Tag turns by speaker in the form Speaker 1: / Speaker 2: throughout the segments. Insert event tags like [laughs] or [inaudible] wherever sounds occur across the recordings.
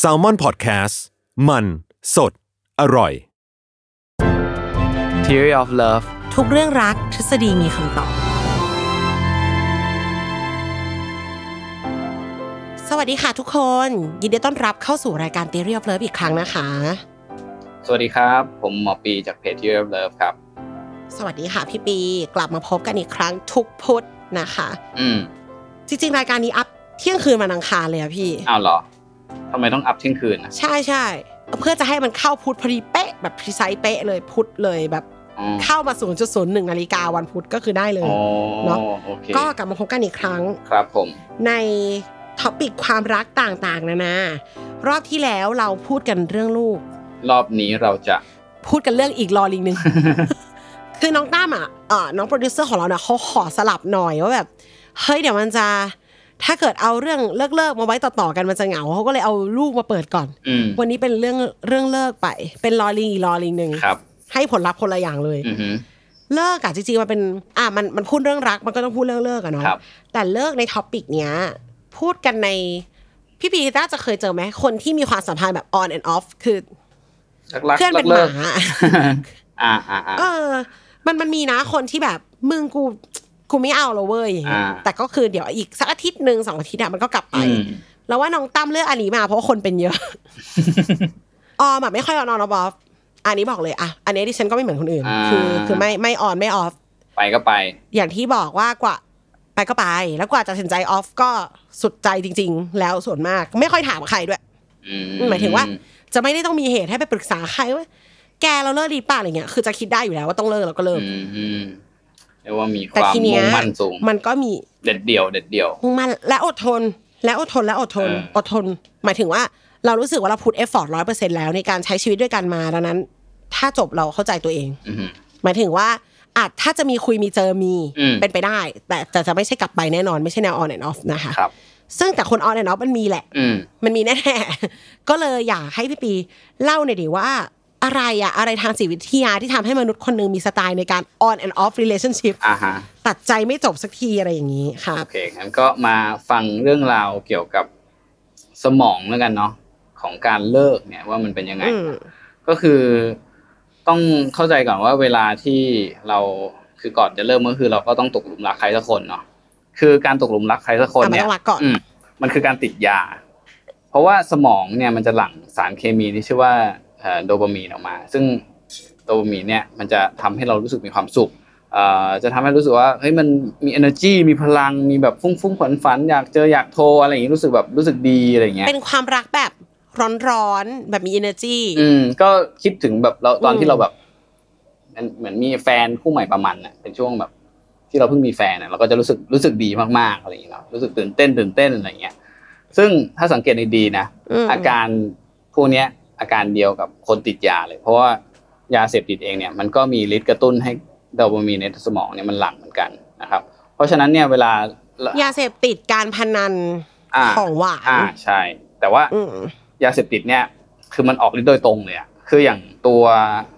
Speaker 1: s a l ม o n PODCAST มันสดอร่อย
Speaker 2: Theory of Love
Speaker 3: ทุกเรื่องรักทฤษฎีมีคำตอบ สวัสดีค่ะทุกคน ยินดีต้อนรับเข้าสู่รายการ Theory of Love อีกครั้งนะคะ
Speaker 2: สวัสดีครับ ผมหมอปีจากเพจ Theory of Love ครับ
Speaker 3: สวัสดีค่ะพี่ปี กลับมาพบกันอีกครั้งทุกพุธนะคะ
Speaker 2: อืม
Speaker 3: จริงๆ รายการนี้อัพเที่ยงคืนวันอังคารเลยอะพี่
Speaker 2: อ้าวเหรอทำไมต้องอัพเที่ยงคืนอ่ะ
Speaker 3: ใช่ใช่เพื่อจะให้มันเข้าพุธพอดีเป๊ะ แบบพรีไซส์เป๊ะเลยพุธเลยแบบ
Speaker 2: อ๋อ
Speaker 3: เข้ามา0.01นาฬิกาวันพุธก็คือได้เลย
Speaker 2: อ๋อ
Speaker 3: เนอะ
Speaker 2: โอเค
Speaker 3: ก็กลับมาพบกันอีกครั้ง
Speaker 2: ครับผม
Speaker 3: ในท็อปิกความรักต่างๆ นานารอบที่แล้วเราพูดกันเรื่องลูก
Speaker 2: รอบนี้เราจะ
Speaker 3: พูดกันเรื่องอีกรอลิงหนึ่ง [laughs] คือน้องตั้มอ่ะเอ่อน้องโปรดิวเซอร์ของเราเนี่ยเขาขอสลับหน่อยว่าแบบ เฮ้ยเดี๋ยวมันจะ ถ้าเกิดเอาเรื่องเลิกๆมาไว้ต่อๆกันมันจะเหงาเขาก็เลยเอาลูกมาเปิดก่อน
Speaker 2: อืม
Speaker 3: วันนี้เป็นเรื่องเรื่องเลิกไป เป็นรอลิงอีกรอลิงหนึ่ง
Speaker 2: ครับ
Speaker 3: ให้ผลลัพธ์คนละอย่างเลย
Speaker 2: อือหือ
Speaker 3: เลิกอะจริงๆมันเป็นอ่ะมันมันพูดเรื่องรักมันก็ต้องพูดเรื่องเลิกอะเนาะ
Speaker 2: ครับ
Speaker 3: แต่เลิกในท็อปิกเนี้ยพูดกันในพี่พีน่าจะเคยเจอไหมคนที่มีความสัมพันธ์แบบ on and off คือ
Speaker 2: รักๆ
Speaker 3: เพื่อนเป็นห
Speaker 2: เลิ
Speaker 3: มาก
Speaker 2: ๆอ่าอ่าอ่า
Speaker 3: เออ มันมันมีนะคนที่แบบมึงกูกูไม่เอาแล้วเว้ยอย่างเงี้ย
Speaker 2: อ่า
Speaker 3: แต่ก็คือเดี๋ยวอีกสักอาทิตย์หนึ่งสองอาทิตย์อะมันก็กลับไป
Speaker 2: อืม
Speaker 3: แล้วว่าน้องตั้มเลือกอันนี้มาเพราะว่าคนเป็นเยอะ ออมแบบไม่ค่อยออนออนออฟอันนี้บอกเลยอะอันนี้ดิฉันก็ไม่เหมือนคนอื่น คือคือไม่ไม่ออนไม่ออฟ
Speaker 2: ไปก็ไป
Speaker 3: อย่างที่บอกว่ากว่าไปก็ไป แล้วกว่าจะตัดสินใจออฟก็สุดใจจริง ๆ แล้วส่วนมากไม่ค่อยถามใครด้วย
Speaker 2: อืม
Speaker 3: หมายถึงว่า จะไม่ได้ต้องมีเหตุให้ไปปรึกษาใครว่าแกเราเลิกดีป่ะอะไรเงี้ยคือจะคิดได้อยู่แล้วว่าต้องเลิกเราก็เลิก
Speaker 2: อืมอืมเรียกว่ามีค
Speaker 3: แต่
Speaker 2: วาม
Speaker 3: ทีเนี้
Speaker 2: มุ่
Speaker 3: ย
Speaker 2: งมั่นสูง
Speaker 3: มันก็มี
Speaker 2: เด็ดเดี่ยว เด็ดเดี่ยว
Speaker 3: มุ่งมั่นและอดทน และอดทนและอดทน
Speaker 2: เออ
Speaker 3: อดทน หมายถึงว่าเรารู้สึกว่าเราพุทเอฟฟอร์ตร้อยเปอร์เซ็นแล้วในการใช้ชีวิตด้วยกันมาดังนั้น ถ้าจบเราเข้าใจตัวเอง
Speaker 2: อือหือ
Speaker 3: หมายถึงว่าอาจถ้าจะมีคุยมีเจอมี
Speaker 2: อืม
Speaker 3: เป็นไปได้ แต่แต่จะไม่ใช่กลับไปแน่นอนไม่ใช่แนวออนแอนออฟนะคะ
Speaker 2: ครับ
Speaker 3: ซึ่งแต่คนออนแอนออฟมันมีแหละ
Speaker 2: อืม
Speaker 3: มันมีแน่ๆ [laughs] ก็เลยอยากให้พี่ปีเล่าหน่อยดิว่า อะไรอะอะไรทางจิตวิทยาที่ทำให้มนุษย์คนหนึงมีสไตล์ในการ on and off relationship
Speaker 2: อ่าฮะ
Speaker 3: ตัดใจไม่จบสักทีอะไรอย่างนี้ครับ
Speaker 2: โอเคงั้นก็มาฟังเรื่องราวเกี่ยวกับสมองแล้วกันเนาะของการเลิกเนี่ยว่ามันเป็นยังไง
Speaker 3: อืม
Speaker 2: ก็คือต้องเข้าใจก่อนว่าเวลาที่เราคือก่อนจะเริ่มก็คือ เราก็ต้องตกหลุมรักใครสักคนเนาะคือการตกหลุมรักใครสักคน
Speaker 3: อ่ะมา
Speaker 2: เนี่ย
Speaker 3: ต้องรักก่อน
Speaker 2: อืมมันคือการติดยา เพราะว่าสมองเนี่ยมันจะหลั่งสารเคมีที่ชื่อว่าเอ่อโดปามีนออกมา ซึ่งโดปามีนเนี่ยมันจะทำให้เรารู้สึกมีความสุข เอ่อจะทำให้รู้สึกว่าเฮ้ยมันมี energy มีพลังมีแบบฟุ้งฟุ้งฝันฝันอยากเจออยากโทรอะไรอย่างงี้รู้สึกแบบรู้สึกดีอะไรอย่างเงี้ย
Speaker 3: เป็นความรักแบบร้อนๆ แบบมี energy
Speaker 2: อืมก็คิดถึงแบบเราตอน
Speaker 3: อืม
Speaker 2: ที่เราแบบมันเหมือนมีแฟนคู่ใหม่ประมาณน่ะเป็นช่วงแบบ ที่เราเพิ่งมีแฟนน่ะเราก็จะรู้สึกรู้สึกดีมากๆอะไรอย่างเงี้ยเนาะรู้สึกตื่นเต้นตื่นเต้นอะไรอย่างเงี้ยซึ่งถ้าสังเกตดีๆนะ
Speaker 3: ม
Speaker 2: อาการพวกเนี้ยอาการเดียวกับคนติดยาเลย เพราะว่ายาเสพติดเองเนี่ยมันก็มีฤทธิ์กระตุ้นให้โดปามีนในสมองเนี่ยมันหลั่งเหมือนกันนะครับ เพราะฉะนั้นเนี่ยเวลาย
Speaker 3: าเสพติดการพนัน
Speaker 2: อ่า
Speaker 3: ของหวาน
Speaker 2: อ่าใช่ แต่ว่า
Speaker 3: อืม
Speaker 2: ยาเสพติดเนี่ยคือมันออกฤทธิ์โดยตรงเลยอะคืออย่างตัว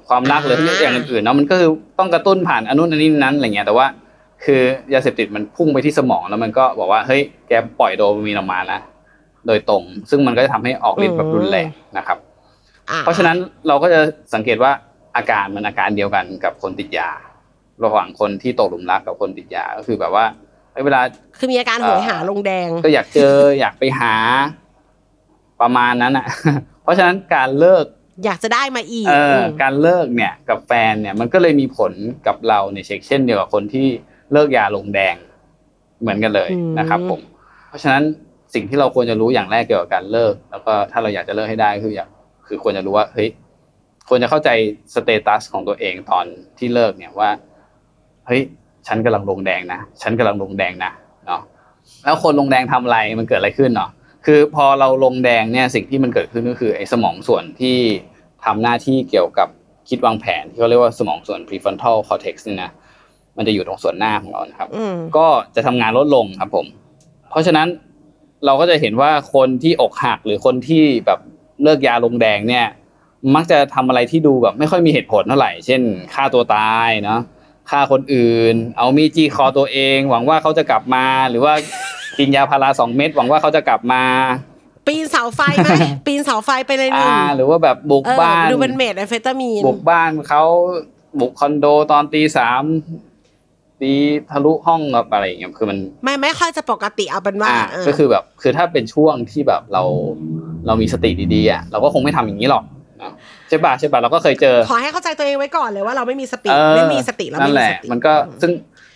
Speaker 2: ความรักหรือ
Speaker 3: อ่า
Speaker 2: อย่างอื่นๆเนาะมันก็คือต้องกระตุ้นผ่านอนนุนอันนี้นั้นอะไรเงี้ยแต่ว่า คือยาเสพติดมันพุ่งไปที่สมองแล้วมันก็บอกว่าเฮ้ยแกปล่อยโดปามีนออกมานะโดยตรง ซึ่งมันก็จะทำให้ออกฤทธิ์แบบรุนแรงนะครับ
Speaker 3: อ่
Speaker 2: เพราะฉะนั้นเราก็จะสังเกตว่าอาการมันอาการเดียวกันกับคนติดยา ระหว่างคนที่ตกหลุมรักกับคนติดยาก็คือแบบว่าเอ้ยเวลา
Speaker 3: คือมีอาการโหยหา
Speaker 2: เอ่อ
Speaker 3: ลงแดง
Speaker 2: ก็อยากเจอ อยากไปหาประมาณนั้นอ่ะ เพราะฉะนั้นการเลิก
Speaker 3: อยากจะได้มาอีก
Speaker 2: เออ
Speaker 3: อื
Speaker 2: อ
Speaker 3: ม
Speaker 2: การเลิกเนี่ยกับแฟนเนี่ยมันก็เลยมีผลกับเราในเช็คเช่นเดียวกับคนที่เลิกยาลงแดงเหมือนกันเลยนะครับผม เพราะฉะนั้นสิ่งที่เราควรจะรู้อย่างแรกเกี่ยวกับการเลิก แล้วก็ถ้าเราอยากจะเลิกให้ได้คืออยากคือควรจะรู้ว่าเฮ้ยควรจะเข้าใจสเตตัสของตัวเองตอนที่เลิกเนี่ยว่าเฮ้ยฉันกำลังลงแดงนะฉันกำลังลงแดงนะเนาะแล้วคนลงแดงทำอะไรมันเกิดอะไรขึ้นเนาะคือพอเราลงแดงเนี่ยสิ่งที่มันเกิดขึ้นก็คือไอ้สมองส่วนที่ทำหน้าที่เกี่ยวกับคิดวางแผนที่เขาเรียกว่าสมองส่วน prefrontal cortex เนี่ยนะมันจะอยู่ตรงส่วนหน้าของเรานะครับ
Speaker 3: อืม
Speaker 2: ก็จะทำงานลดลงครับผม เพราะฉะนั้นเราก็จะเห็นว่าคนที่อกหักหรือคนที่แบบเลิกยาลงแดงเนี่ย มักจะทำอะไรที่ดูแบบไม่ค่อยมีเหตุผลเท่าไหร่ เช่นฆ่าตัวตายเนาะฆ่าคนอื่น เอามีดจี้คอตัวเอง หวังว่าเขาจะกลับมา หรือว่ากินยาพาราสองเม็ดหวังว่าเขาจะกลับมา
Speaker 3: ปีนเสาไฟไหม ปีนเสาไฟไปเลยหนึ่
Speaker 2: อ่าง หรือว่าแบบบุก
Speaker 3: เอ
Speaker 2: บ้า
Speaker 3: อน ดูเป็นเมดแอมเฟตามีน
Speaker 2: บุกบ้านเขาบุกคอนโดตอนตีสามตีทะลุห้องกับอะไรอย่างเงี้ยคือมัน
Speaker 3: ไม่ไม่ค่อยจะปกติเอาเป็นว่า
Speaker 2: อ่า
Speaker 3: เออ
Speaker 2: ก็คือแบบคือถ้าเป็นช่วงที่แบบเราเรามีสติดีๆอ่ะเราก็คงไม่ทำอย่างนี้หรอกเนอะใช่ป่ะใช่ป่ะเราก็เคยเจอ
Speaker 3: ขอให้เข้าใจตัวเองไว้ก่อนเลยว่าเราไม่มีสติ
Speaker 2: เออ
Speaker 3: ไม่มีสติเรา
Speaker 2: นั่
Speaker 3: ไม่
Speaker 2: นแห
Speaker 3: มีส
Speaker 2: ละ
Speaker 3: ติ
Speaker 2: มันก็ซึ่ง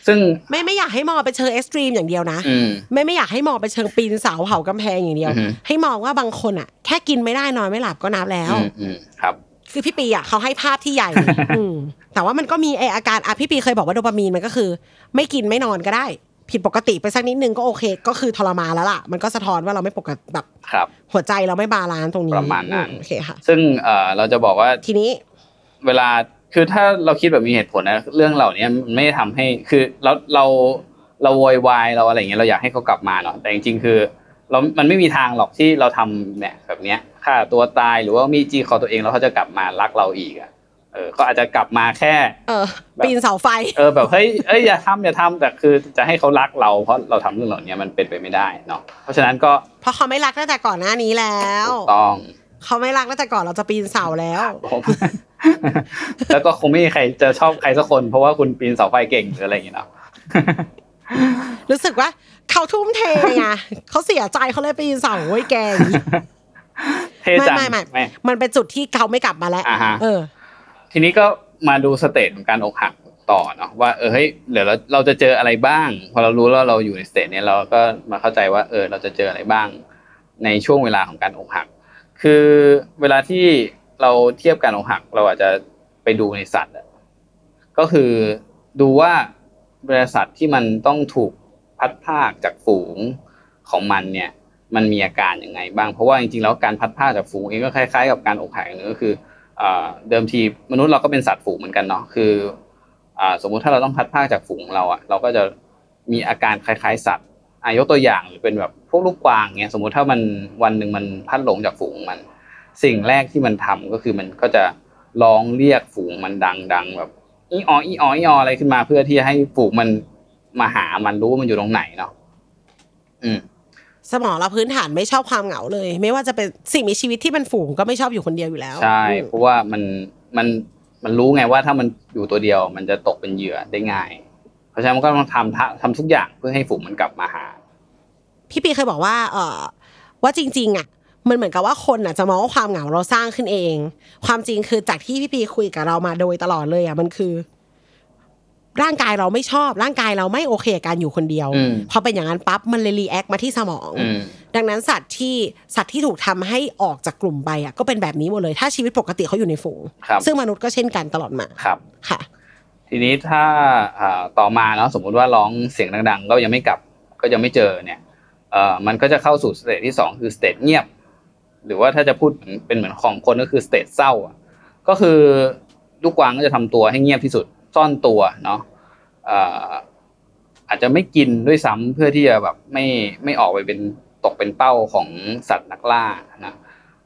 Speaker 2: ซึ่ง
Speaker 3: ไม่ไม่อยากให้มองไปเชิงเอ็กซ์ตรีมอย่างเดียวนะ
Speaker 2: อืม
Speaker 3: ไม่ไม่อยากให้มองไปเชิงปีนเสาเผากำแพงอย่างเดียว
Speaker 2: อือหือ
Speaker 3: ให้มองว่าบางคนอ่ะ แค่กินไม่ได้นอนไม่หลับก็นับแล้ว
Speaker 2: อืมอืมครับ
Speaker 3: คือพี่ปีอ่ะเขาให้ภาพที่ใหญ่ อืมแต่ว่ามันก็มีไออาการอ่ะพี่ปีเคยบอกว่าโดปามีนมันก็คือ ไม่กินไม่นอนก็ได้ ผิดปกติไปสักนิดนึงก็โอเค ก็คือทรมานแล้วล่ะ มันก็สะท้อนว่าเราไม่ปกติแบบ
Speaker 2: ครับ
Speaker 3: หัวใจเราไม่บาลานซ์ตรงนี้
Speaker 2: ประมาณนั้น
Speaker 3: อืโอเคค่ะ
Speaker 2: ซึ่งเอ่อเราจะบอกว่า
Speaker 3: ทีนี้
Speaker 2: เวลาคือถ้าเราคิดแบบมีเหตุผลนะเรื่องเหล่านี้มันไม่ได้ทำให้คือเราเราเราโวยวายเราอะไรอย่างเงี้ยเราอยากให้เขากลับมาเนาะแต่จริงๆคือเรามันไม่มีทางหรอกที่เราทำเนี่ยแบบเนี้ยฆ่าตัวตายหรือว่ามีจีคอตัวเองแล้วเขาจะกลับมารักเราอีกอ่ะเออเขาอาจจะกลับมาแค่
Speaker 3: เออ ปีนเสาไฟ
Speaker 2: เออแบบเฮ้ยเอ้ยอย่าทำอย่าทำแต่คือจะให้เขารักเราเพราะเราทำเรื่องเหล่านี้มันเป็นไปไม่ได้เนาะเพราะฉะนั้นก็
Speaker 3: เพราะเขาไม่รักตั้งแต่ก่อนหน้านี้แล้ว
Speaker 2: ถูกต้อง [laughs]
Speaker 3: เขาไม่รักตั้งแต่ก่อนเราจะปีนเสาแล้ว
Speaker 2: ผมแล้วก็คงไม่มีใครจะชอบใครสักคน เพราะว่าคุณปีนเสาไฟเก่งหรืออะไรอย่างเงี้ยเนาะ
Speaker 3: รู้สึกว่าเขาทุ่มเทไงเขาเสียใจเขาเลยปีนเสาโอ้ยแกอย่างนี้
Speaker 2: เท่จัง
Speaker 3: ไม่ไม่ไม่
Speaker 2: ไม่
Speaker 3: มันเป็นจุดที่เขาไม่กลับมาแล้ว
Speaker 2: อ่าฮะ
Speaker 3: เออ
Speaker 2: ทีนี้ก็มาดูสเตจของการอกหักต่อเนาะว่าเออเฮ้ยเดี๋ยวเราเราจะเจออะไรบ้าง พอเรารู้แล้วเราอยู่ในสเตจเนี้ยเราก็มาเข้าใจว่าเออเราจะเจออะไรบ้าง ในช่วงเวลาของการอกหัก คือเวลาที่เราเทียบการอกหัก เราอาจจะไปดูในสัตว์อะก็คือดูว่าบริษัทที่มันต้องถูกพัดพรากจากฝูงของมันเนี่ย มันมีอาการยังไงบ้าง เพราะว่าจริงๆแล้วการพัดพรากจากฝูงเองก็คล้ายๆกับการอกหักอย่างหนึงก็คือ เอ่อเดิมทีมนุษย์เราก็เป็นสัตว์ฝูงเหมือนกันเนาะคืออ่าสมมุติถ้าเราต้องพัดภาคจากฝูงของเราอะเราก็จะมีอาการคล้ายๆสัตว์อายกตัวอย่างหรือเป็นแบบพวกลูกกวางเงี้ยสมมุติถ้ามันวันหนึ่งมันพัดหลงจากฝูงมัน สิ่งแรกที่มันทำก็คือมันก็จะร้องเรียกฝูงมันดังๆแบบอีอออีอออีอออะไรขึ้นมาเพื่อที่จะให้ฝูงมันมาหามันรู้ว่ามันอยู่ตรงไหนเนาะอืม
Speaker 3: สมองเราพื้นฐานไม่ชอบความเหงาเลย ไม่ว่าจะเป็นสิ่งมีชีวิตที่เป็นฝูงก็ไม่ชอบอยู่คนเดียวอยู่แล้ว
Speaker 2: ใช่
Speaker 3: อืม
Speaker 2: เพราะว่ามันมันมันรู้ไงว่าถ้ามันอยู่ตัวเดียว มันจะตกเป็นเหยื่อได้ง่าย เพราะฉะนั้นมันก็ต้องทำทะทำทุกอย่างเพื่อให้ฝูงมันกลับมาหา
Speaker 3: พี่ปีเคยบอกว่า เออว่าจริง ๆ อ่ะ มันเหมือนกับว่าคนอ่ะจะมองว่าความเหงาเราสร้างขึ้นเอง ความจริงคือจากที่พี่ปีคุยกับเรามาโดยตลอดเลยอ่ะมันคือ ร่างกายเราไม่ชอบ ร่างกายเราไม่โอเคกับการอยู่คนเดียว
Speaker 2: อืม
Speaker 3: พอเป็นอย่างนั้นปั๊บมันเลยรีแอคมาที่สมอง
Speaker 2: อืม
Speaker 3: ดังนั้นสัตว์ที่สัตว์ที่ถูกทำให้ออกจากกลุ่มไปอ่ะก็เป็นแบบนี้หมดเลย ถ้าชีวิตปกติเขาอยู่ในฝูง
Speaker 2: ครับ
Speaker 3: ซึ่งมนุษย์ก็เช่นกันตลอดมา
Speaker 2: ครับ
Speaker 3: ค่ะ
Speaker 2: ทีนี้ถ้าอ่าต่อมาเนาะสมมุติว่าร้องเสียงดังๆก็ยังไม่กลับก็ยังไม่เจอเนี่ยเอ่อมันก็จะเข้าสู่สเตจที่สองคือสเตจเงียบ หรือว่าถ้าจะพูดเหมือนเป็นเหมือนของคนก็คือสเตจเศร้าอะก็คือลูกกวางก็จะทำตัวให้เงียบที่สุดซ่อนตัวเนาะเอ่ออาจจะไม่กินด้วยซ้ำเพื่อที่จะแบบไม่ไม่ออกไปเป็นตกเป็นเป้าของสัตว์นักล่านะ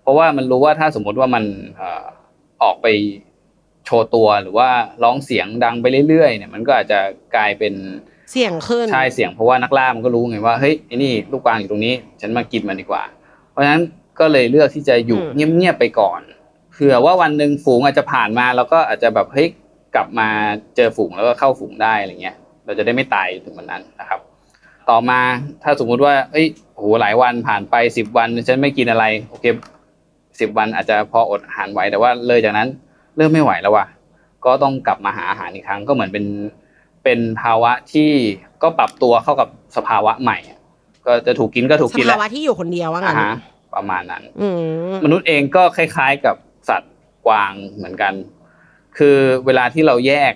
Speaker 2: เพราะว่ามันรู้ว่าถ้าสมมุติว่ามันเอ่อ ออกไปโชว์ตัวหรือว่าร้องเสียงดังไปเรื่อยๆเนี่ยมันก็อาจจะกลายเป็น
Speaker 3: เสี่ยงขึ้น
Speaker 2: ใช่เสียงเพราะว่านักล่ามันก็รู้ไงว่าเฮ้ยไอ้นี่ลูกกวางอยู่ตรงนี้ ฉันมากินมันดีกว่า เพราะฉะนั้นก็เลยเลือกที่จะอยู่
Speaker 3: อืม
Speaker 2: เงียบๆไปก่อนเผื่อว่าวันหนึ่งฝูงอาจจะผ่านมาแล้วก็อาจจะแบบเฮ้ยกลับมาเจอฝูงแล้วก็เข้าฝูงได้อะไรเงี้ย เราจะได้ไม่ตายถึงวันนั้นนะครับ ต่อมาถ้าสมมุติว่าเอ้ยโหหลายวันผ่านไปสิบวันฉันไม่กินอะไรโอเคสิบวันอาจจะพออดอาหารไหวแต่ว่าเลยจากนั้นเริ่มไม่ไหวแล้วว่ะก็ต้องกลับมาหาอาหารอีกครั้งก็เหมือนเป็นเป็นภาวะที่ก็ปรับตัวเข้ากับสภาวะใหม่อะก็จะถูกกินก็ถูก
Speaker 3: ส
Speaker 2: กินแห
Speaker 3: ภา
Speaker 2: ล้ว
Speaker 3: วะที่อยู่คนเดียวว่างั้
Speaker 2: อ่าน ฮะประมาณนั้น
Speaker 3: อืม
Speaker 2: มนุษย์เองก็คล้ายๆกับสัตว์กวางเหมือนกัน คือเวลาที่เราแยก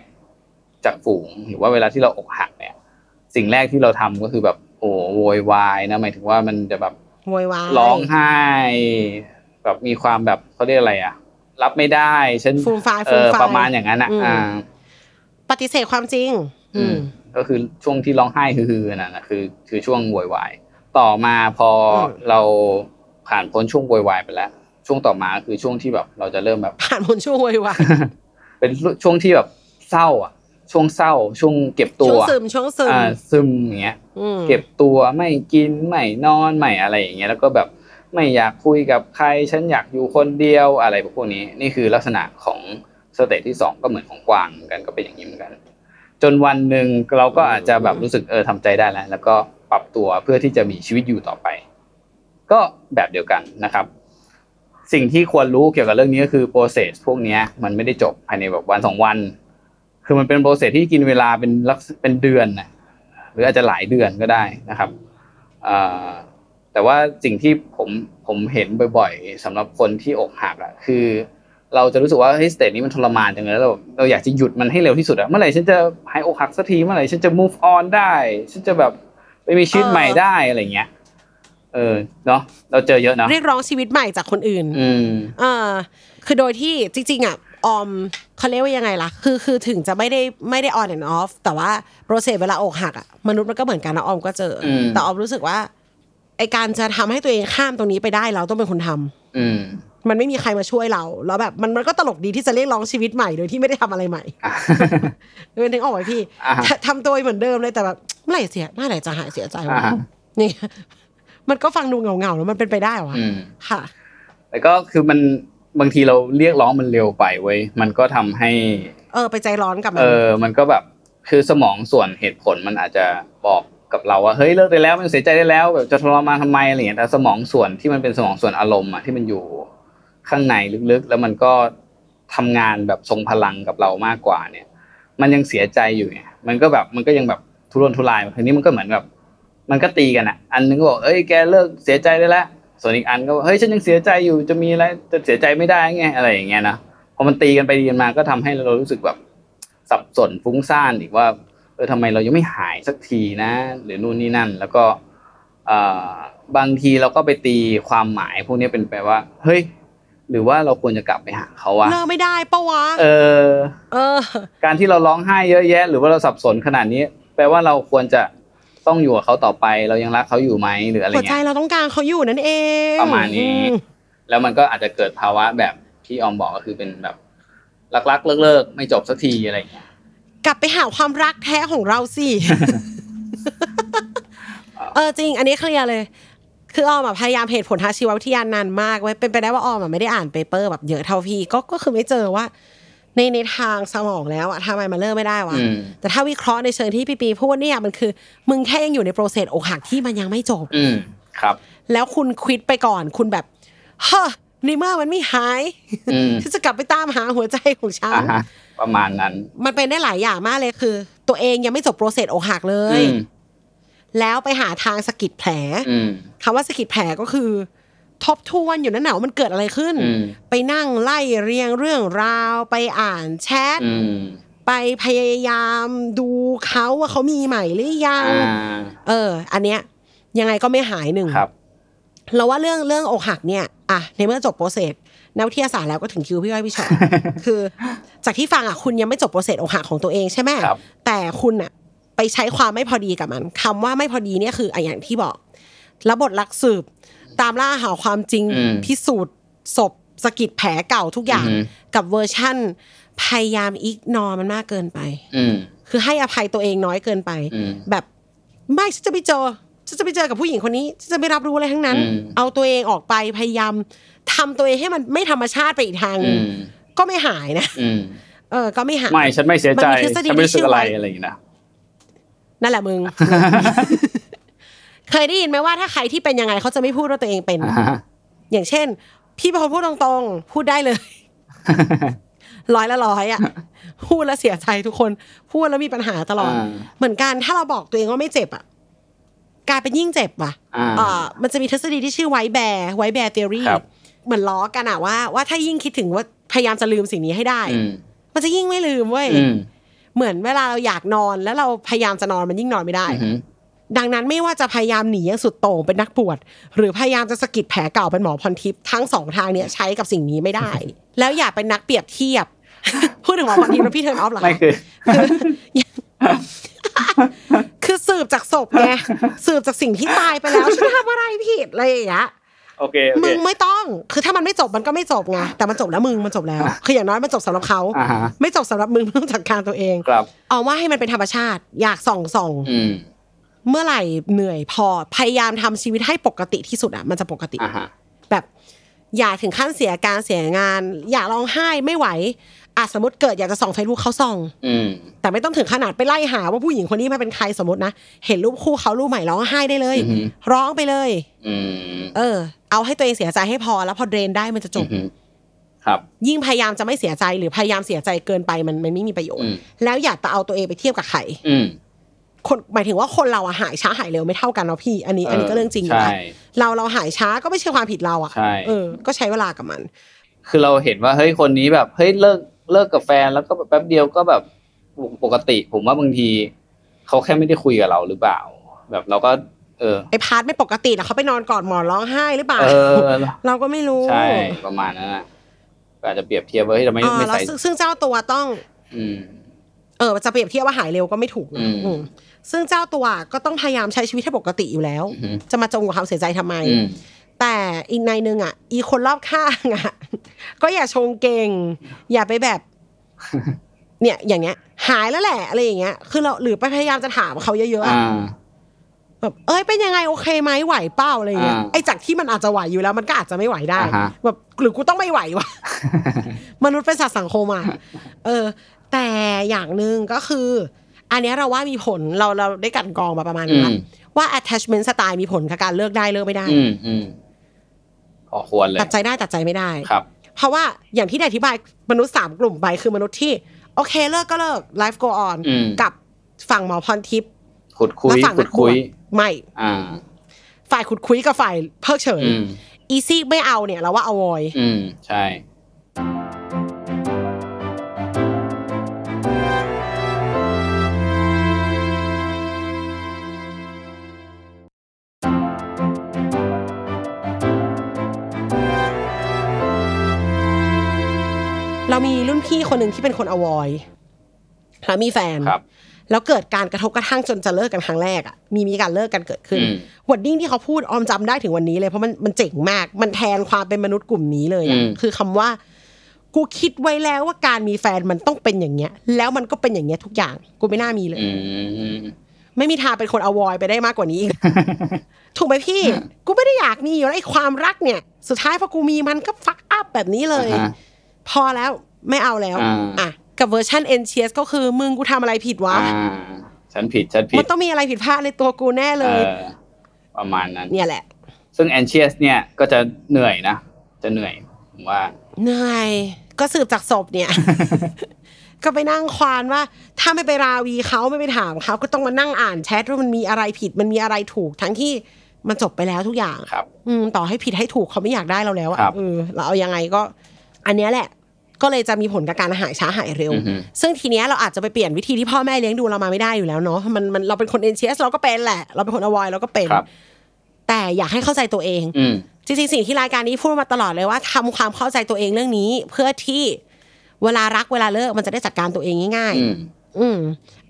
Speaker 2: จากฝูงหรือว่าเวลาที่เราอกหักเนี่ย สิ่งแรกที่เราทำก็คือแบบโอ้โวยวายนะหมายถึงว่ามันจะแบบ
Speaker 3: โวยวาย
Speaker 2: ร้องไห้ แบบมีความแบบเขาเรียกอะไรอะรับไม่ได้ฉัน
Speaker 3: ฟูมฟาย
Speaker 2: เอ
Speaker 3: ฟูม
Speaker 2: อ
Speaker 3: ฟาย
Speaker 2: ประมาณอย่างนั้นอะ
Speaker 3: อืม
Speaker 2: อ่า
Speaker 3: ปฏิเสธความจริง อืม
Speaker 2: ก็คือช่วงที่ร้องไห้ฮือๆนั่นนะคือคือช่วงโวยวายต่อมาพออ
Speaker 3: ม
Speaker 2: เราผ่านพ้นช่วงโวยวายไปแล้ว ช่วงต่อมาคือช่วงที่แบบเราจะเริ่มแบบ
Speaker 3: ผ่านพ้นช่วงโวยวาย
Speaker 2: [laughs] เป็นช่วงที่แบบเศร้าอ่ะ ช่วงเศร้า ช่วงเก็บตั
Speaker 3: ช่ว
Speaker 2: ว
Speaker 3: งซึมช่วงซึม
Speaker 2: อ่าซึมอย่างเงี้ย
Speaker 3: อืม
Speaker 2: เก็บตัวไม่กินไม่นอนไม่อะไรอย่างเงี้ยแล้วก็แบบ ไม่อยากคุยกับใครฉันอยากอยู่คนเดียวอะไรพวกนี้ นี่คือลักษณะของสเตจที่สองก็เหมือนของกวางเหมือนกันก็เป็นอย่างนี้เหมือนกัน จนวันหนึ่งเราก็อาจจะแบบรู้สึกเออทำใจได้แล้ว แล้วก็ปรับตัวเพื่อที่จะมีชีวิตอยู่ต่อไป ก็แบบเดียวกันนะครับ สิ่งที่ควรรู้เกี่ยวกับเรื่องนี้ก็คือโปรเซสพวกเนี้ยมันไม่ได้จบภายในแบบวันสองวัน คือมันเป็นโปรเซสที่กินเวลาเป็นลักษเป็นเดือนนะหรืออาจจะหลายเดือนก็ได้นะครับเอ่อแต่ว่าสิ่งที่ผมผมเห็นบ่อยๆสำหรับคนที่อกหักอะคือ เราจะรู้สึกว่าเฮ้ยสเตจนี้มันทรมานจังเลยแล้วเราเราอยากจะหยุดมันให้เร็วที่สุดอะเมื่อไหร่ฉันจะหายอกหักสักทีเมื่อไหร่ฉันจะ move on ได้ ฉันจะแบบไปมีชีวิตใหม่ได้อะไรอย่างเงี้ยเออเนาะเราเจอเยอะเนาะ
Speaker 3: เรียกร้องชีวิตใหม่จากคนอื่น
Speaker 2: อืม
Speaker 3: เออคือโดยที่จริงๆอ่ะออมเขาเรียกว่ายังไงล่ะ คือคือถึงจะไม่ได้ไม่ได้ on and off แต่ว่าโปรเซสเวลาอกหักอ่ะมนุษย์มันก็เหมือนกันนะออมก็เจออ
Speaker 2: ม
Speaker 3: แต่ออมรู้สึกว่าไอการจะทำให้ตัวเองข้ามตรงนี้ไปได้เราต้องเป็นคนทำ
Speaker 2: อืม
Speaker 3: มันไม่มีใครมาช่วยเรา แล้วแบบมันมันก็ตลกดีที่จะเรียกร้องชีวิตใหม่โดยที่ไม่ได้ทำอะไรใหม่ [laughs]
Speaker 2: อ่ะ
Speaker 3: เออนึกออกไหมพี่
Speaker 2: อ่าฮะ
Speaker 3: ทำทำตัวเหมือนเดิมเลยแต่แบบเมื่อไหร่เสียเมื่อไหร่จะหายเสียใจวะ
Speaker 2: อ่าฮะ
Speaker 3: นี่ [laughs] มันก็ฟังดูเหงาๆแล้วมันเป็นไปได้วะ
Speaker 2: อืม
Speaker 3: ค่ะ
Speaker 2: แต่ก็คือมันบางทีเราเรียกร้องมันเร็วไปเว้ยมันก็ทำให้
Speaker 3: เออไปใจร้อนกับมั
Speaker 2: เอน อมันก็แบบคือสมองส่วนเหตุผลมันอาจจะบอกกับเราว่าเฮ้ยเลิกได้แล้วมันเสียใจได้แล้วแบบจะทรมานทำไมอะไรอย่างเงี้ยแต่สมองส่วนที่มันเป็นสมองส่วนอารมณ์อะที่มันอยู่ข้างในลึกๆ แล้วมันก็ทำงานแบบทรงพลังกับเรามากกว่าเนี่ย มันยังเสียใจอยู่ไงมันก็แบบมันก็ยังแบบทุรนทุรายทีนี้มันก็เหมือนแบบ มันก็ตีกันอ่ะ อันนึงก็บอกเอ้ยแกเลิกเสียใจได้แล้วส่วนอีกอันก็บอกเฮ้ยฉันยังเสียใจอยู่จะมีอะไรจะเสียใจไม่ได้ไงอะไรอย่างเงี้ยนะ พอมันตีกันไปตีกันมาก็ทำให้เรารู้สึกแบบ สับสนฟุ้งซ่านอีกว่าเออทำไมเรายังไม่หายสักทีนะ หรือนู่นนี่นั่น แล้วก็เอ่อบางทีเราก็ไปตีความหมายพวกนี้เป็นไปว่า เฮ้ย หรือว่าเราควรจะกลับไปหาเขาวะ
Speaker 3: เลิกไม่ได้ปะวะ
Speaker 2: เออ
Speaker 3: เออ
Speaker 2: การที่เราร้องไห้เยอะแยะ หรือว่าเราสับสนขนาดนี้ แปลว่าเราควรจะต้องอยู่กับเขาต่อไป เรายังรักเขาอยู่ไหมหรืออะไร
Speaker 3: หัวใจ
Speaker 2: เงี้ย
Speaker 3: เราต้องการเขาอยู่นั่นเอง
Speaker 2: ประมาณนี้
Speaker 3: อืม
Speaker 2: แล้วมันก็อาจจะเกิดภาวะแบบที่ออมบอกก็คือเป็นแบบรักๆเลิกๆไม่จบสักทีอะไรเงี้ย
Speaker 3: กลับไปหาความรักแท้ของเราสิ เออจริง อันนี้เคลียร์เลย คือออมอะพยายามเหตุผลทางชีววิทยานานมากเว้ยเป็นไปได้ว่าออมอะไม่ได้อ่านเปเปอร์แบบเยอะเท่าพี่ก็ก็คือไม่เจอว่า ในในทางสมองแล้วอะทำไมมันเลิกไม่ได้วะ
Speaker 2: อืม
Speaker 3: แต่ถ้าวิเคราะห์ในเชิงที่พี่ปีพูดเนี่ยมันคือ มึงแค่ยังอยู่ในโปรเซสอกหักที่มันยังไม่จบ
Speaker 2: อืมครับ
Speaker 3: แล้วคุณควิดไปก่อน คุณแบบเฮ้อในเมื่อมันไม่หาย [laughs]
Speaker 2: อืม
Speaker 3: ฉันจะกลับไปตามหาหัวใจของฉั
Speaker 2: อ่าน ฮะประมาณนั้น
Speaker 3: มันเป็นได้หลายอย่างมากเลยคือ ตัวเองยังไม่จบโปรเซสอกหักเลย
Speaker 2: อืม
Speaker 3: แล้วไปหาทางสะกิดแผล
Speaker 2: อืม
Speaker 3: คำว่าสะกิดแผลก็คือ ทบทวนอยู่นั่นหนามันเกิดอะไรขึ้น
Speaker 2: อืม
Speaker 3: ไปนั่งไล่เรียงเรื่องราว ไปอ่านแชท
Speaker 2: อืม
Speaker 3: ไปพยายามดูเขาว่าเขามีใหม่หรือยั
Speaker 2: อ่าง
Speaker 3: เออ อันเนี้ยยังไงก็ไม่หายหนึ่ง
Speaker 2: ครับ
Speaker 3: เราว่าเรื่องเรื่องอกหักเนี่ยอ่ะในเมื่อจบโปรเซสนักวิทยาศาสตร์แล้วก็ถึงคิวพี่ว้อยพี่ช
Speaker 2: [laughs]
Speaker 3: อต คือ จากที่ฟังอ่ะคุณยังไม่จบโปรเซสอกหักของตัวเองใช่ไหม
Speaker 2: ครับ
Speaker 3: แต่คุณอะไปใช้ความไม่พอดีกับมันคำว่าไม่พอดีเนี่ยคืออะอย่างที่บอก ระบบลักสืบ ตามล่าหาความจริง
Speaker 2: อืม
Speaker 3: พิสูจน์ศพสะกิดแผลเก่าทุกอย่าง
Speaker 2: อือหือ
Speaker 3: กับเวอร์ชั่น พยายามอิกนอมันมากเกินไป
Speaker 2: อืม
Speaker 3: คือให้อภัยตัวเองน้อยเกินไป
Speaker 2: อืม
Speaker 3: แบบไม่ฉันจะไปเจอฉันจะไปเจอกับผู้หญิงคนนี้ฉันจะไม่รับรู้อะไรทั้งนั้น
Speaker 2: อืม
Speaker 3: เอาตัวเองออกไปพยายามทำตัวเองให้มันไม่ธรรมชาติไปอีกทางห
Speaker 2: อื
Speaker 3: นึ่ง
Speaker 2: ม
Speaker 3: ก็ไม่หายนะ
Speaker 2: อืม
Speaker 3: เออก็ไม่หาย
Speaker 2: ไม่ฉันไม่เสียใจ
Speaker 3: มันมีทฤษฎี
Speaker 2: ฉันไม่รู้สึกอะไร
Speaker 3: ที่ชื่อว่า
Speaker 2: อะไรอย่างนี้นะ
Speaker 3: นั่นแหละมึง เคยได้ยินไหมว่าถ้าใครที่เป็นยังไงเขาจะไม่พูดว่าตัวเองเป็น
Speaker 2: อ่าฮะ
Speaker 3: อย่างเช่น พี่เป็นคนพูดตรงๆ พูดได้เลย [laughs] ร้อยละร้อยอ่ะ [laughs] พูดแล้วเสียใจทุกคน พูดแล้วมีปัญหาตลอด
Speaker 2: า
Speaker 3: เหมือนกันถ้าเราบอกตัวเองว่าไม่เจ็บอ่ะกลายเป็นยิ่งเจ็บว่ะ
Speaker 2: อ่า
Speaker 3: เอ่อมันจะมีทฤษฎีที่ชื่อไวแบร์ไวแบร์เทอรี่
Speaker 2: ครับ
Speaker 3: เหมือนล้อกันอะว่าว่าถ้ายิ่งคิดถึงว่าพยายามจะลืมสิ่งนี้ให้ได้
Speaker 2: อืม
Speaker 3: มันจะยิ่งไม่ลืมเว้ย
Speaker 2: อืม
Speaker 3: เหมือนเวลาเราอยากนอนแล้วเราพยายามจะนอนมันยิ่งนอนไม่ได้
Speaker 2: อืม
Speaker 3: ดังนั้นไม่ว่าจะพยายามหนีอย่างสุดโต่งเป็นนักบวชหรือพยายามจะสะกิดแผลเก่าเป็นหมอพรทิพย์ทั้งสองทางเนี้ยใช้กับสิ่งนี้ไม่ได้ แล้วอย่าเป็นนักเปรียบเทียบ [laughs] พูดถึงหมอพรทิพย์แล้วพี่เทิร์นออฟเหรอ
Speaker 2: ไม่
Speaker 3: คะ
Speaker 2: คือ
Speaker 3: คือสืบจากศพไงสืบจากสิ่งที่ตายไปแล้ว [laughs] ฉันทำอะไรผิดอะไรอย่างเงี้ย
Speaker 2: โอเคโอเค
Speaker 3: มึงไม่ต้อง คือถ้ามันไม่จบมันก็ไม่จบไงแต่มันจบแล้วมึงมันจบแล้ว คืออย่างน้อยมันจบสำหรับเขา
Speaker 2: อ่าฮะ
Speaker 3: ไม่จบสำหรับมึงมึงต้องจัดการตัวเอง
Speaker 2: ครับ
Speaker 3: เอาว่าให้มันเป็นธรรมชาติ อยากส่องส่อง
Speaker 2: อืม
Speaker 3: เมื่อไหร่เหนื่อยพอพยายามทำชีวิตให้ปกติที่สุดอะมันจะปกติ
Speaker 2: อ่าฮะ
Speaker 3: แบบอย่าถึงขั้นเสียการเสียงาน อย่าร้องไห้ไม่ไหวอ่ะสมมติเกิดอยากจะส่องเฟซบุ๊กเขาส่อง
Speaker 2: อืม
Speaker 3: แต่ไม่ต้องถึงขนาดไปไล่หาว่าผู้หญิงคนนี้มาเป็นใครสมมตินะ เห็นรูปคู่เขารูปใหม่ร้องไห้ได้เลย
Speaker 2: อือหือ
Speaker 3: ร้องไปเลย
Speaker 2: อืม
Speaker 3: เออ เอาให้ตัวเองเสียใจให้พอแล้วพอเดรนได้มันจะจบ
Speaker 2: อืมครับ
Speaker 3: ยิ่งพยายามจะไม่เสียใจหรือพยายามเสียใจเกินไปมันมันไม่มีประโยช
Speaker 2: อื
Speaker 3: น์
Speaker 2: ม
Speaker 3: แล้วอย่าแต่เอาตัวเองไปเทียบกับใคร
Speaker 2: อืม
Speaker 3: คนหมายถึงว่าคนเราอะหายช้าหายเร็วไม่เท่ากันเนาะพี่ อันนี้อันนี้ก็เรื่องจริงอยู่
Speaker 2: ใช่
Speaker 3: นะเราเราหายช้าก็ไม่ใช่ความผิดเราอะ
Speaker 2: ใช่
Speaker 3: เออ ก็ใช้เวลากับมัน
Speaker 2: คือเราเห็นว่าเฮ้ยคนนี้แบบเฮ้ยเลิกเลิกกับแฟนแล้วก็แบบแป๊บเดียวก็แบบปกติ ผมว่าบางทีเขาแค่ไม่ได้คุยกับเราหรือเปล่า แบบเราก็ เออ
Speaker 3: ไอ้พาร์ทไม่ปกตินะเขาไปนอนกอดหมอนร้องไห้หรือเปล่า
Speaker 2: เออ
Speaker 3: เราก็ไม่รู้
Speaker 2: ใช่ประมาณนั้นอะก็อาจจะเปรียบเทียบว่าเฮ้ยทำไม
Speaker 3: อ่า
Speaker 2: ไม่
Speaker 3: แล้ว
Speaker 2: ใส่
Speaker 3: ซึ่งซึ่งเจ้าตัวต้อง
Speaker 2: อืม
Speaker 3: เออจะเปรียบเทียบว่าหายเร็วก็ไม่ถูกนะ
Speaker 2: อืม
Speaker 3: อืมซึ่งเจ้าตัวก็ต้องพยายามใช้ชีวิตให้ปกติอยู่แล้ว
Speaker 2: อืม
Speaker 3: จะมาจมกับความเสียใจทำไม
Speaker 2: อืม
Speaker 3: แต่อีกในหนึ่งอ่ะ อีคนรอบข้างอ่ะ [laughs] ก็อย่าชงเก่ง อย่าไป
Speaker 2: [laughs]
Speaker 3: แบบ เนี่ยอย่างเงี้ย หายแล้วแหละอะไรอย่างเงี้ย คือเราหรือไปพยายามจะถามเขาเยอะๆอะ
Speaker 2: อ่า
Speaker 3: แบบเอ้ยเป็นยังไงโอเคไหมไหวเปล่าอะไรอย่างเงี้ย
Speaker 2: อ่า
Speaker 3: ไอ้จากที่มันอาจจะไหวอยู่แล้วมันก็อาจจะไม่ไหวได้
Speaker 2: อ่าฮะ
Speaker 3: แบบหรือกูต้องไม่ไหว
Speaker 2: [laughs]
Speaker 3: วะ มนุษย์เป็นสัตว์สังคมอ่ะ เออ แต่อย่างหนึ่งก็คือ อันเนี้ยเราว่ามีผลเราเราได้กลันกรองมาประมาณนึ
Speaker 2: อื
Speaker 3: ง
Speaker 2: ม
Speaker 3: ละว่า attachment style มีผลกับการเลิกได้เลิกไม่ได้
Speaker 2: อืมอืมพอควรเลย
Speaker 3: ตัดใจได้ตัดใจไม่ได้
Speaker 2: ครับ
Speaker 3: เพราะว่าอย่างที่ได้อธิบายมนุษย์ 3 กลุ่มไปคือมนุษย์ที่ โอเคเลิกก็เลิก life go on
Speaker 2: อืม
Speaker 3: กับฝั่งหมอพรทิพย์
Speaker 2: ขุดคุ
Speaker 3: และ
Speaker 2: ย
Speaker 3: ฝั่ง
Speaker 2: ขุ
Speaker 3: นั
Speaker 2: ด
Speaker 3: กบ
Speaker 2: คุ
Speaker 3: วช
Speaker 2: ย
Speaker 3: ไม่
Speaker 2: อ่า
Speaker 3: ฝ่ายขุดคุยกับฝ่ายเพิกเฉย
Speaker 2: อืม
Speaker 3: อีซี่ไม่เอาเนี่ยเราว่าเอาวอย
Speaker 2: อืม ใช่
Speaker 3: เรามีรุ่นพี่คนหนึ่งที่เป็นคนเอาวอยแล้วมีแฟน
Speaker 2: ครับ
Speaker 3: แล้วเกิดการกระทบกระทั่งจนจะเลิกกันครั้งแรกอ่ะมีมีการเลิกกันเกิดขึ้น
Speaker 2: อืม
Speaker 3: วอดดิ้งที่เขาพูดออมจำได้ถึงวันนี้เลยเพราะมันมันเจ๋งมาก มันแทนความเป็นมนุษย์กลุ่มนี้เลยอะ
Speaker 2: อืม
Speaker 3: คือคำว่า กูคิดไว้แล้วว่าการมีแฟนมันต้องเป็นอย่างเงี้ย แล้วมันก็เป็นอย่างเงี้ยทุกอย่างกูไม่น่ามีเลย
Speaker 2: อืม
Speaker 3: ไม่มีทางเป็นคนอวอยไปได้มากกว่า
Speaker 2: [laughs]
Speaker 3: นี้อีก ถูกไหมพี่ กูไม่ได้อยากมีอยู่แล้วไอ้ความรักเนี่ย สุดท้ายพอกูมีมันก็ฟักอัพแบบนี้เลย
Speaker 2: อ่าฮะ
Speaker 3: พอแล้วไม่เอาแล้ว
Speaker 2: อ่า
Speaker 3: อ่ะกับเวอร์ชันเอ็นเชียสก็คือมึงกูทำอะไรผิดวะ
Speaker 2: อ่า ฉันผิด ฉันผิ
Speaker 3: มั
Speaker 2: ด
Speaker 3: นต้องมีอะไรผิดพลาดในตัวกูแน่เลย
Speaker 2: ออประมาณนั้น
Speaker 3: เนี่ยแหละ
Speaker 2: ซึ่งแอนเชียสเนี่ยก็จะเหนื่อยนะ จะเหนื่อยผมว่า
Speaker 3: เหนื่อย ก็สืบจากศพ
Speaker 2: [laughs]
Speaker 3: เนี่ย ก็ไปนั่งควานว่า ถ้าไม่ไปราวีเขาไม่ไปถามเขาก็ต้องมานั่งอ่านแชทว่ามันมีอะไรผิดมันมีอะไรถูก ทั้งที่มันจบไปแล้วทุกอย่าง
Speaker 2: ครับ
Speaker 3: อืมต่อให้ผิดให้ถูกเขาไม่อยากได้เราแล้วอะ
Speaker 2: ครับ
Speaker 3: เออเราเอายังไงก็ อันเนี้ยแหละ ก็เลยจะมีผลกับการหายช้าหายเร็ว
Speaker 2: อือฮึ
Speaker 3: ซึ่งทีเนี้ยเราอาจจะไปเปลี่ยนวิธีที่พ่อแม่เลี้ยงดูเรามาไม่ได้อยู่แล้วเนาะมันมันเราเป็นคนเอ็นเชสเราก็เป็นแหละ เราเป็นคนอวอยเราก็เป็น
Speaker 2: ครับ
Speaker 3: แต่อยากให้เข้าใจตัวเอง
Speaker 2: อืม
Speaker 3: จริงๆสิ่งที่รายการนี้พูดมาตลอดเลยว่าทำความเข้าใจตัวเองเรื่องนี้ เพื่อที่เวลารักเวลาเลิกมันจะได้จัดการตัวเองง่าย
Speaker 2: อืม
Speaker 3: ๆอืม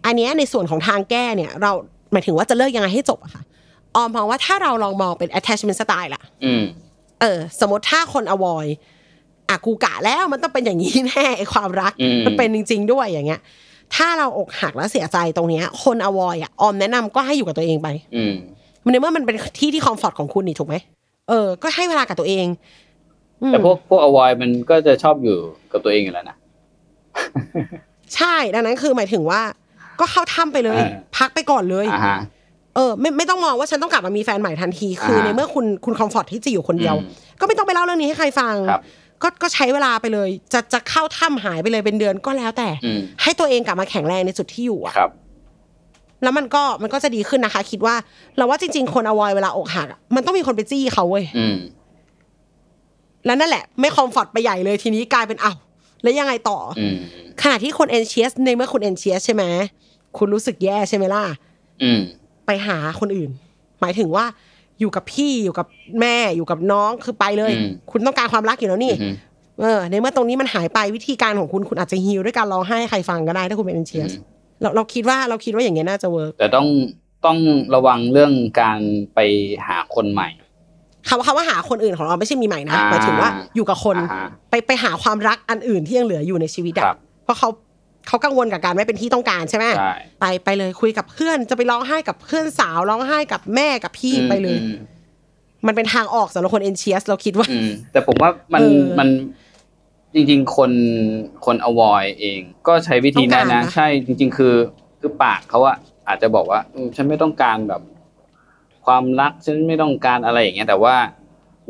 Speaker 3: อันเนี้ยในส่วนของทางแก้เนี่ย เราหมายถึงว่าจะเลิกยังไงให้จบอะค่ะออมมองว่าถ้าเราลองมองเป็น attachment style ล่ะ
Speaker 2: อืม
Speaker 3: เออ สมมติถ้าคน avoid อ่ะกูกะแล้วมันต้องเป็นอย่างนี้แน่ไอ [laughs] ความรัก
Speaker 2: อืม
Speaker 3: มันเป็นจริง ๆ ด้วยอย่างเงี้ย ถ้าเราอกหักแล้วเสียใจตรงเนี้ย คน avoid อ่ะออมแนะนำก็ให้อยู่กับตัวเองไป
Speaker 2: อืม
Speaker 3: มันในเมื่อมันเป็นที่ที่คอมฟอร์ตของคุณนี่ถูกไหมเออ ก็ให้เวลากับตัวเองอืม
Speaker 2: แต่พวกพวกอวอยมันก็จะชอบอยู่กับตัวเองอยู่แล้วนะ
Speaker 3: ใช่ดังนั้นคือหมายถึงว่า ก็เข้าถ้ำไปเลย
Speaker 2: อ่า
Speaker 3: พักไปก่อนเลย
Speaker 2: อ่าฮะ
Speaker 3: เออไม่ไม่ต้องมองว่าฉันต้องกลับมามีแฟนใหม่ทันทีคืออา ในเมื่อคุณคุณคอมฟอร์ตที่จะอยู่คนเดียว
Speaker 2: อืม
Speaker 3: ก็ไม่ต้องไปเล่าเรื่องนี้ให้ใครฟัง
Speaker 2: ครับ
Speaker 3: ก็ก็ใช้เวลาไปเลย จะจะเข้าถ้ำหายไปเลยเป็นเดือนก็แล้วแต่
Speaker 2: อืม
Speaker 3: ให้ตัวเองกลับมาแข็งแรงในจุดที่อยู่อะ
Speaker 2: ครับ
Speaker 3: แล้วมันก็มันก็จะดีขึ้นนะคะ คิดว่า เราว่าจริง ๆ คนอวอยเวลาอกหักอะมันต้องมีคนไปจี้เขาเว้ย
Speaker 2: อืม
Speaker 3: แล้วนั่นแหละ ไม่คอมฟอร์ตไปใหญ่เลยทีนี้กลายเป็นอ้าวแล้วยังไงต่ออ
Speaker 2: อืม
Speaker 3: ขณะที่คนเอนเชียสในเมื่อคุณเอนเชียสใช่ไหมคุณรู้สึกแย่ใช่ไหมล่ะ
Speaker 2: อืม
Speaker 3: ไปหาคนอื่น หมายถึงว่าอยู่กับพี่อยู่กับแม่อยู่กับน้องคือไปเลย
Speaker 2: อืม
Speaker 3: คุณต้องการความรักอยู่แล้วนี่
Speaker 2: อืม
Speaker 3: เออในเมื่อตรงนี้มันหายไปวิธีการของคุณคุณอาจจะฮิลด้วยการร้องไห้ให้ใครฟังก็ได้ถ้าคุณเป็นเอนเชียสเราเราคิดว่าเราคิดว่าอย่างเงี้ยน่าจะเวิร์ก
Speaker 2: แต่ต้องต้องระวังเรื่องการไปหาคนใหม่
Speaker 3: คำว่าคำว่าหาคนอื่นของเราไม่ใช่มีใหม่นะ
Speaker 2: อ่า
Speaker 3: หมายถึงว่าอยู่กับคน
Speaker 2: อ่าฮะ
Speaker 3: ไปไปหาความรักอันอื่นที่ยังเหลืออยู่ในชีวิต
Speaker 2: ครั
Speaker 3: อะ
Speaker 2: บ
Speaker 3: เพราะเขาเขากังวลกับการไม่เป็นที่ต้องการใช่ไหม
Speaker 2: ใช่
Speaker 3: ไปไปเลยคุยกับเพื่อนจะไปร้องไห้กับเพื่อนสาวร้องไห้กับแม่กับพี่ไปเลย
Speaker 2: อืม
Speaker 3: มันเป็นทางออกสำหรับคนเอนเชียสเราคิดว่า
Speaker 2: อืมแต่ผมว่ามัน
Speaker 3: เออ
Speaker 2: มันจริง ๆ คนคน avoid เอง ก็ใช้วิธีนั้น
Speaker 3: ต้องการ
Speaker 2: นะ
Speaker 3: นะ
Speaker 2: ใช่จริง ๆ คือคือปากเขาอะอาจจะบอกว่าอืมฉันไม่ต้องการแบบ ความรักฉันไม่ต้องการอะไรอย่างเงี้ย แต่ว่า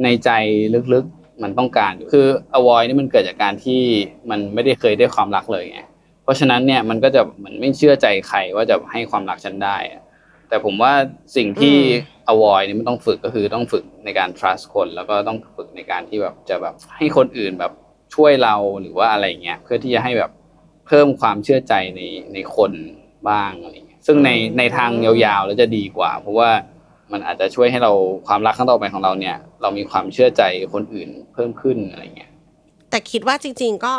Speaker 2: ในใจลึกๆมันต้องการอยู่คือ avoid นี่มันเกิดจากการที่มันไม่ได้เคยได้ความรักเลยไงเพราะฉะนั้นเนี่ยมันก็จะเหมือนไม่เชื่อใจใครว่าจะให้ความรักฉันได้อะ แต่ผมว่าสิ่งที่
Speaker 3: อืม
Speaker 2: avoid เนี่ยมันต้องฝึกก็คือต้องฝึกในการ trust คน แล้วก็ต้องฝึกในการที่แบบจะแบบให้คนอื่นแบบช่วยเราหรือว่าอะไรอย่างเงี้ยเพื่อที่จะให้แบบเพิ่มความเชื่อใจในในคนบ้างอะไรอย่างเงี้ยซึ่งในในทางยาวๆแล้วจะดีกว่า เพราะว่ามันอาจจะช่วยให้เราความรักครั้งต่อไปของเราเนี่ย เรามีความเชื่อใจคนอื่นเพิ่มขึ้นอะไรอย่างเงี้ย
Speaker 3: แต่คิดว่าจริง ๆ ก็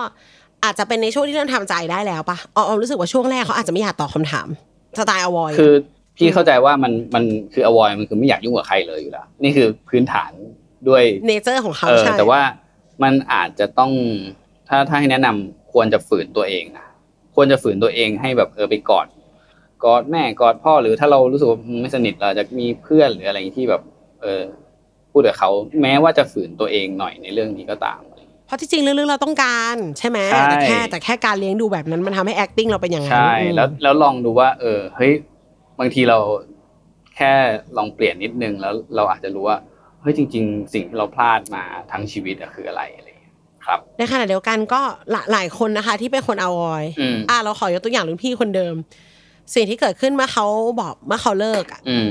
Speaker 3: อาจจะเป็นในช่วงที่เริ่มทำใจได้แล้วปะอ๋ออ๋อรู้สึกว่าช่วงแรกเขาอาจจะไม่อยากตอบคำถามสไตล์อวอย
Speaker 2: คือพี่เข้าใจว่ามันมันคือ avoid มันคือไม่อยากยุ่งกับใครเลยอยู่แล้วนี่คือพื้นฐานด้วย
Speaker 3: เนเจอร์ของเขา
Speaker 2: เออ
Speaker 3: ใช่
Speaker 2: แต่ว่ามันอาจจะต้องถ้าถ้าให้แนะนำควรจะฝืนตัวเองนะควรจะฝืนตัวเองให้แบบเออไปกอดกอดแม่กอดพ่อหรือถ้าเรารู้สึกว่าไม่สนิทเราจะมีเพื่อนหรืออะไรที่แบบ เออพูดกับเขาแม้ว่าจะฝืนตัวเองหน่อยในเรื่องนี้ก็ตาม
Speaker 3: เพราะที่จริงลึกๆเราต้องการใช่ไหม
Speaker 2: ใช่
Speaker 3: แต่แค่แต่แค่การเลี้ยงดูแบบนั้นมันทำให้ acting เราเป็นอย่างนั้น
Speaker 2: ใช่
Speaker 3: อืม
Speaker 2: แล้วแล้วลองดูว่า เออเฮ้ยบางทีเราแค่ลองเปลี่ยนนิดนึงแล้วเราอาจจะรู้ว่าเฮ้ยจริง ๆ สิ่งที่เราพลาดมาทั้งชีวิตอะคืออะไรอะไรอย่างเงี้ยครับ
Speaker 3: ในขณะเดียวกันก็หลายหลายคนนะคะ ที่เป็นคนอวอย
Speaker 2: อืม
Speaker 3: อ่ะเราขอยกตัวอย่างรุ่นพี่คนเดิม สิ่งที่เกิดขึ้นเมื่อเขาบอกเมื่อเขาเลิกอ่ะ
Speaker 2: อืม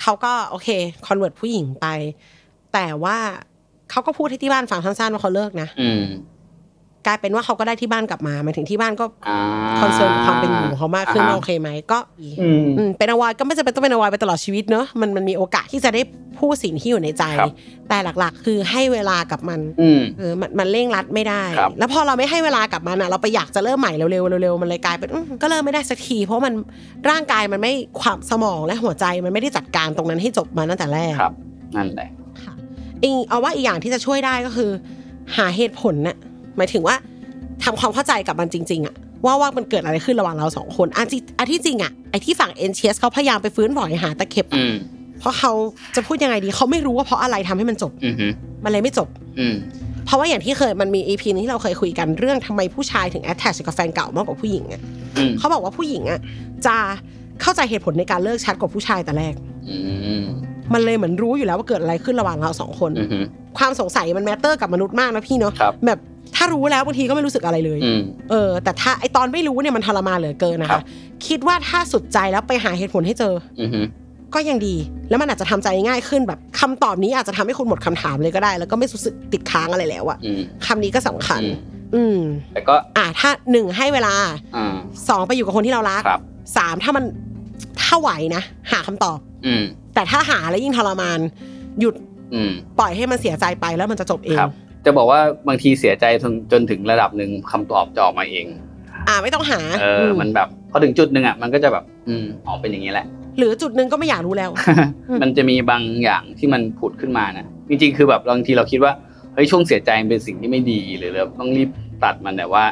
Speaker 3: เขาก็โอเคคอนเวิร์ตผู้หญิงไป แต่ว่าเขาก็พูดให้ที่บ้านฟังสั้นๆว่าเขาเลิกนะ
Speaker 2: อืม
Speaker 3: กลายเป็นว่าเขาก็ได้ที่บ้านกลับมาหมายถึงที่บ้านก็ค
Speaker 2: ค
Speaker 3: อ
Speaker 2: อน น
Speaker 3: เซิ
Speaker 2: เซิ
Speaker 3: ร์
Speaker 2: ร์
Speaker 3: น
Speaker 2: น
Speaker 3: กั
Speaker 2: กั
Speaker 3: บบ
Speaker 2: ค
Speaker 3: คาว
Speaker 2: วาม มเป็นนอยู่ ยู่
Speaker 3: เป็อของ
Speaker 2: เขา
Speaker 3: เขามาม
Speaker 2: าก ก
Speaker 3: ขึ้
Speaker 2: ขึ้น
Speaker 3: นโอ
Speaker 2: โอ
Speaker 3: เค
Speaker 2: เค
Speaker 3: ไหมก็
Speaker 2: ม
Speaker 3: อืมเป็นอวอยก็ไม่จำเป็นต้องเป็นอวอยไปตลอดชีวิตเนอะมันมันมีโอกาสที่จะได้พูดสิ่งที่อยู่ในใจ
Speaker 2: ครับ
Speaker 3: แต่หลักๆ คือให้เวลากับมัน
Speaker 2: อืม
Speaker 3: เออมันมันเร่งรัดไม่ได้
Speaker 2: ครับ
Speaker 3: แล้วพอเราไม่ให้เวลากับมันอะเราไปอยากจะเริ่มใหม่เร็วๆเร็วๆมันเลยกลายเป็นอืมก็เริ่มไม่ได้สักที เพราะมันร่างกายมันไม่ความสมองและหัวใจมันไม่ได้จัดการตรงนั้นให้จบมาตั้งแต่แรก
Speaker 2: ครับ นั่นแหละ
Speaker 3: ค่ะอีกเอาว่าอีกอย่างที่จะช่วยได้ก็คือ หาเหตุผลน่ะหมายถึงว่าทำความเข้าใจกับมันจริง ๆอะว่าว่ามันเกิดอะไรขึ้นระหว่างเราสองคนอันที่อันที่จริงอะไอที่ฝั่งเอ็นเชียสเขาพยายามไปฟื้นบ่อยหาตะเข็บอะ
Speaker 2: อืม
Speaker 3: เพราะเขาจะพูดยังไงดีเขาไม่รู้ว่าเพราะอะไรทำให้มันจบ
Speaker 2: อืมฮึ
Speaker 3: มันเลยไม่จบ
Speaker 2: อืม
Speaker 3: เพราะว่าอย่างที่เคยมันมีอีพีที่เราเคยคุยกันเรื่องทำไมผู้ชายถึงแอ t a c h กับแฟนเก่ามากกว่าผู้หญิงอ่ะ
Speaker 2: อืม
Speaker 3: เขาบอกว่าผู้หญิงอ่ะจะเข้าใจเหตุผลในการเลิกชัดกว่าผู้ชายแต่แรก
Speaker 2: อืม
Speaker 3: มันเลยเหมือนรู้อยู่แล้วว่าเกิดอะไรขึ้นระหว่างเราสองคน
Speaker 2: อืมฮึ
Speaker 3: ความสงสัยมันแมตเตอร์กับมนุษย์มากนะพี่เนาะ
Speaker 2: ครับ
Speaker 3: แบบถ้ารู้แล้วบางทีก็ไม่รู้สึกอะไรเลย
Speaker 2: อืม
Speaker 3: เออ แต่ถ้าไอตอนไม่รู้เนี่ยมันทรมานเหลือเกินนะ
Speaker 2: ครั
Speaker 3: คะ
Speaker 2: บ
Speaker 3: คิดว่าถ้าสุดใจแล้วไปหาเหตุผลให้เจอ
Speaker 2: อืมฮึ
Speaker 3: ก็ยังดี แล้วมันอาจจะทำใจง่ายขึ้นแบบคำตอบนี้อาจจะทำให้คุณหมดคำถามเลยก็ได้ แล้วก็ไม่รู้สึกติดค้างอะไรแล้วอะ
Speaker 2: อืม
Speaker 3: คำนี้ก็สำคัญ
Speaker 2: อืม
Speaker 3: อืม
Speaker 2: แต่ก็
Speaker 3: อ่ะถ้าหนึ่งให้เวลา
Speaker 2: อ่า
Speaker 3: สองไปอยู่กับคนที่เรารัก
Speaker 2: ครับ
Speaker 3: สามถ้ามันถ้าไหวนะ หาคำตอบ
Speaker 2: อืม
Speaker 3: แต่ถ้าหาแล้วยิ่งทรมาน หยุด
Speaker 2: อืม
Speaker 3: ปล่อยให้มันเสียใจไปแล้วมันจะจบเอง
Speaker 2: ครับ จะบอกว่าบางทีเสียใจจนจนถึงระดับหนึ่งคำตอบจะออกมาเอง
Speaker 3: อ่ะไม่ต้องหา
Speaker 2: เออ
Speaker 3: ม
Speaker 2: มันแบบพอถึงจุดหนึ่งอ่ะ มันก็จะแบบ อืมออกเป็นอย่างนี้แหละ
Speaker 3: หรือจุดหนึ่งก็ไม่อยากรู้แล้ว อืม
Speaker 2: มันจะมีบางอย่างที่มันผุดขึ้นมานะจริงๆ คือแบบบางทีเราคิดว่าเฮ้ยช่วงเสียใจมันเป็นสิ่งที่ไม่ดีหรือเราต้องรีบตัดมันแต่ว่า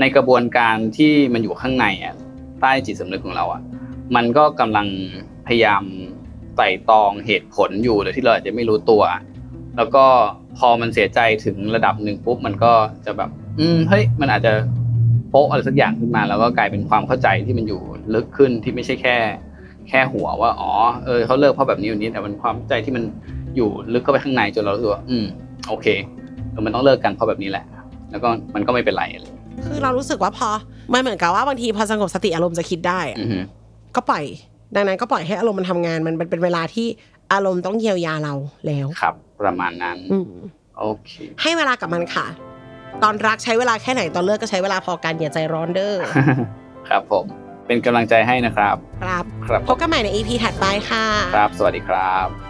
Speaker 2: ในกระบวนการที่มันอยู่ข้างในอ่ะใต้จิตสำนึกของเราอ่ะ มันก็กำลังพยายามไต่ตองเหตุผลอยู่โดยที่เราอาจจะไม่รู้ตัว แล้วก็พอมันเสียใจถึงระดับหนึ่งปุ๊บมันก็จะแบบ อืมเฮ้ยมันอาจจะโป๊ะอะไรสักอย่างขึ้นมา แล้วก็กลายเป็นความเข้าใจที่มันอยู่ลึกขึ้นที่ไม่ใช่แค่ แค่หัวว่าอ๋อเออเขาเลิกเพราะแบบนี้แบบนี้แต่มันความใจที่มันอยู่ลึกเข้าไปข้างในจนเรารู้สึกว่าอืมโอเคเออมันต้องเลิกกันเพราะแบบนี้แหละ แล้วก็มันก็ไม่เป็นไรอะไรอย่างเงี้ย
Speaker 3: คือเรารู้สึกว่าพอมันเหมือนกับว่าบางทีพอสงบสติอารมณ์จะคิดได้อะ
Speaker 2: อือฮึ
Speaker 3: ก็ปล่อย ดังนั้นก็ปล่อยให้อารมณ์มันทำงานมันมันเป็นเวลาที่อารมณ์ต้องเยียวยาเราแล้ว
Speaker 2: ครับประมาณนั้น
Speaker 3: อืม
Speaker 2: โอเค
Speaker 3: ให้เวลากับมันค่ะ ตอนรักใช้เวลาแค่ไหนตอนเลิกก็ใช้เวลาพอกันอย่าใจร้อนเด้อ
Speaker 2: [laughs] ครับผมเป็นกำลังใจให้นะครับ
Speaker 3: ครับ
Speaker 2: ครับ
Speaker 3: พบกันใหม่ใน EP ถัดไปค่ะ
Speaker 2: ครับสวัสดีครับ